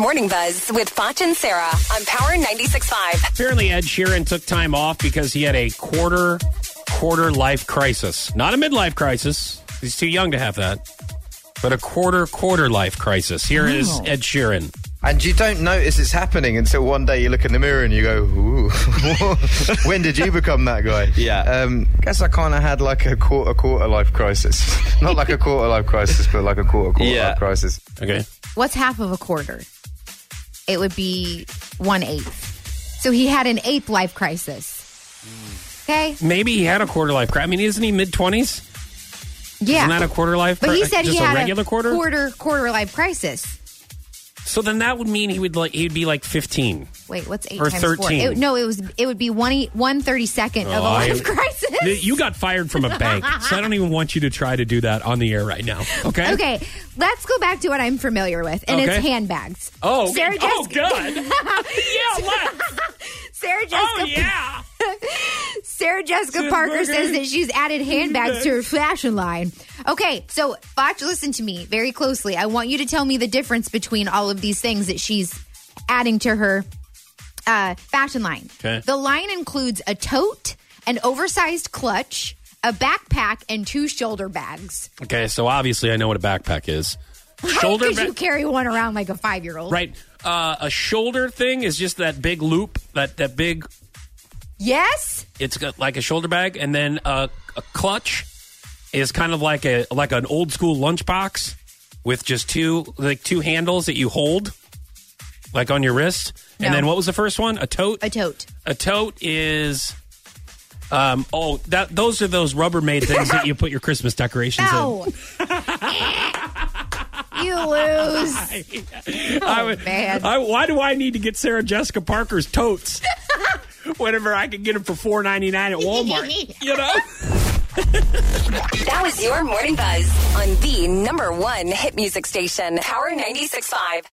Morning Buzz with Foch and Sarah on Power 96.5. Apparently, Ed Sheeran took time off because he had a quarter quarter life crisis. Not a midlife crisis. He's too young to have that. But a quarter quarter life crisis. Here is Ed Sheeran. And you don't notice it's happening until one day you look in the mirror and you go, "Ooh, when did you become that guy?" Yeah. Um, guess I kind of had like a quarter quarter life crisis. Not like a quarter life crisis, but like a quarter quarter Yeah. life crisis. Okay. What's half of a quarter? It would be one eighth. So he had an eighth life crisis. Okay. Maybe he had a quarter life crisis. I mean, isn't he mid 20s? Yeah. Isn't that a quarter life but he cri- said just he had a regular quarter? quarter quarter life crisis. So then that would mean he would like he'd be like 15. Wait, what's eight Or times 13. four? It, no, it was it would be one e- one thirty second of a Oh, I- life crisis. Th- You got fired from a bank, so I don't even want you to try to do that on the air right now. Okay. Okay, let's go back to what I'm familiar with, and Okay. it's handbags. Oh. okay. Sarah oh Jessica, God. yeah. What? Sarah Jessica, Oh yeah. Sarah Jessica Sarah Parker Parker. says that she's added handbags to her fashion line. Okay, so Foch, listen to me very closely. I want you to tell me the difference between all of these things that she's adding to her uh, fashion line. Okay. The line includes a tote, an oversized clutch, a backpack, and two shoulder bags. Okay. So obviously, I know what a backpack is. Shoulder Because ba- you carry one around like a five year old. Right. Uh, a shoulder thing is just that big loop, that that big. Yes? It's got like a shoulder bag, and then uh, a clutch is kind of like a like an old school lunchbox with just two like two handles that you hold, like on your wrist. And No. then what was the first one? A tote. A tote. A tote is. Um, oh, that those are those Rubbermaid things that you put your Christmas decorations No. Eh. you lose. in. I would- man. I, why do I need to get Sarah Jessica Parker's totes? Whenever I could get them for four ninety nine at Walmart, you know. That was your Morning Buzz on the number one hit music station, Power 96.5.